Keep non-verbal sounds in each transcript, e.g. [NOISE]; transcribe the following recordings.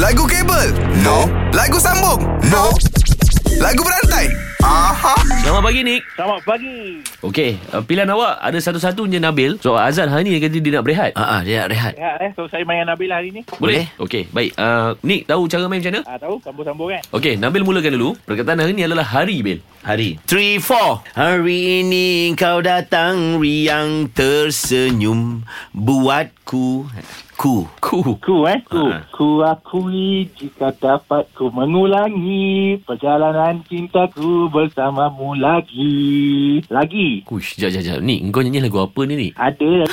Lagu kabel? No. Lagu sambung? No. Lagu berantai? Aha. Selamat pagi Nick Selamat pagi. Okey uh, Pilihan awak Ada satu-satunya Nabil So Azan hari ni dia kata dia nak berehat Ah, ah, dia nak rehat. Sihat eh? So, saya main Nabil hari ni. Boleh? Okey baik uh, Nick tahu cara main macam mana? Ah, tahu? Sambung-sambung kan? Okey Nabil mulakan dulu Perkataan hari ni adalah hari Bil Hari 3, 4 Hari ini kau datang riang tersenyum Buatku Ku Ku Ku eh? Ku. Ah. Ku akui jika dapat ku mengulangi perjalanan cintaku bersamamu lagi. Lagi. Uish, jap, jap, jap. Ni, kau nyanyi lagu apa ni, ni? [LAUGHS] Ada.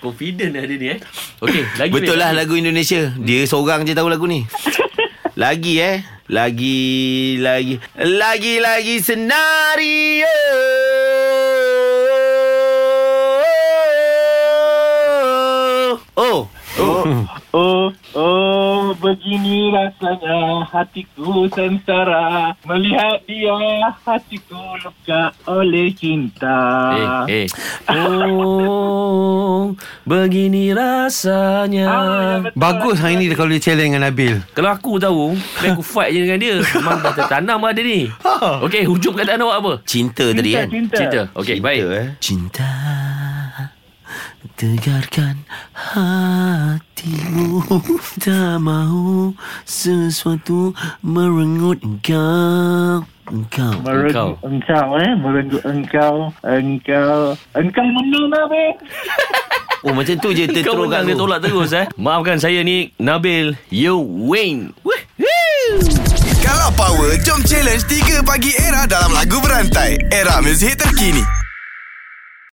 Confident lah dia ni, eh? Okey, lagi Betul Bil. lah lagu Indonesia Dia Hmm. seorang je tahu lagu [LAUGHS] ni Lagi eh Lagi Lagi eh. Lagi-lagi senario Oh Oh, oh, begini rasanya hatiku sengsara Melihat dia hatiku luka oleh cinta Eh, eh. Oh, begini rasanya. Ah, betul. Bagus hari ni dia kalau dia challenge dengan Nabil. Kalau aku tahu, kan aku fight je dengan dia. Memang dah tertanam lah dia ni. Okey, hujung kataan awak apa? Cinta tadi Cinta, kan cinta. Cerita. Okey, baik. eh. Cinta Tegarkan hatimu Tak mahu sesuatu merengut engkau Engkau Engkau. Merenggut engkau. eh Merenggut engkau Engkau Engkau menang lah, Nabi Oh macam tu je Kau terteruk menang kat dia aku. tolak terus, [LAUGHS] eh? Maafkan saya ni, Nabil. You win. Kalau power, jom challenge 3 pagi era dalam lagu berantai. Era muzik terkini.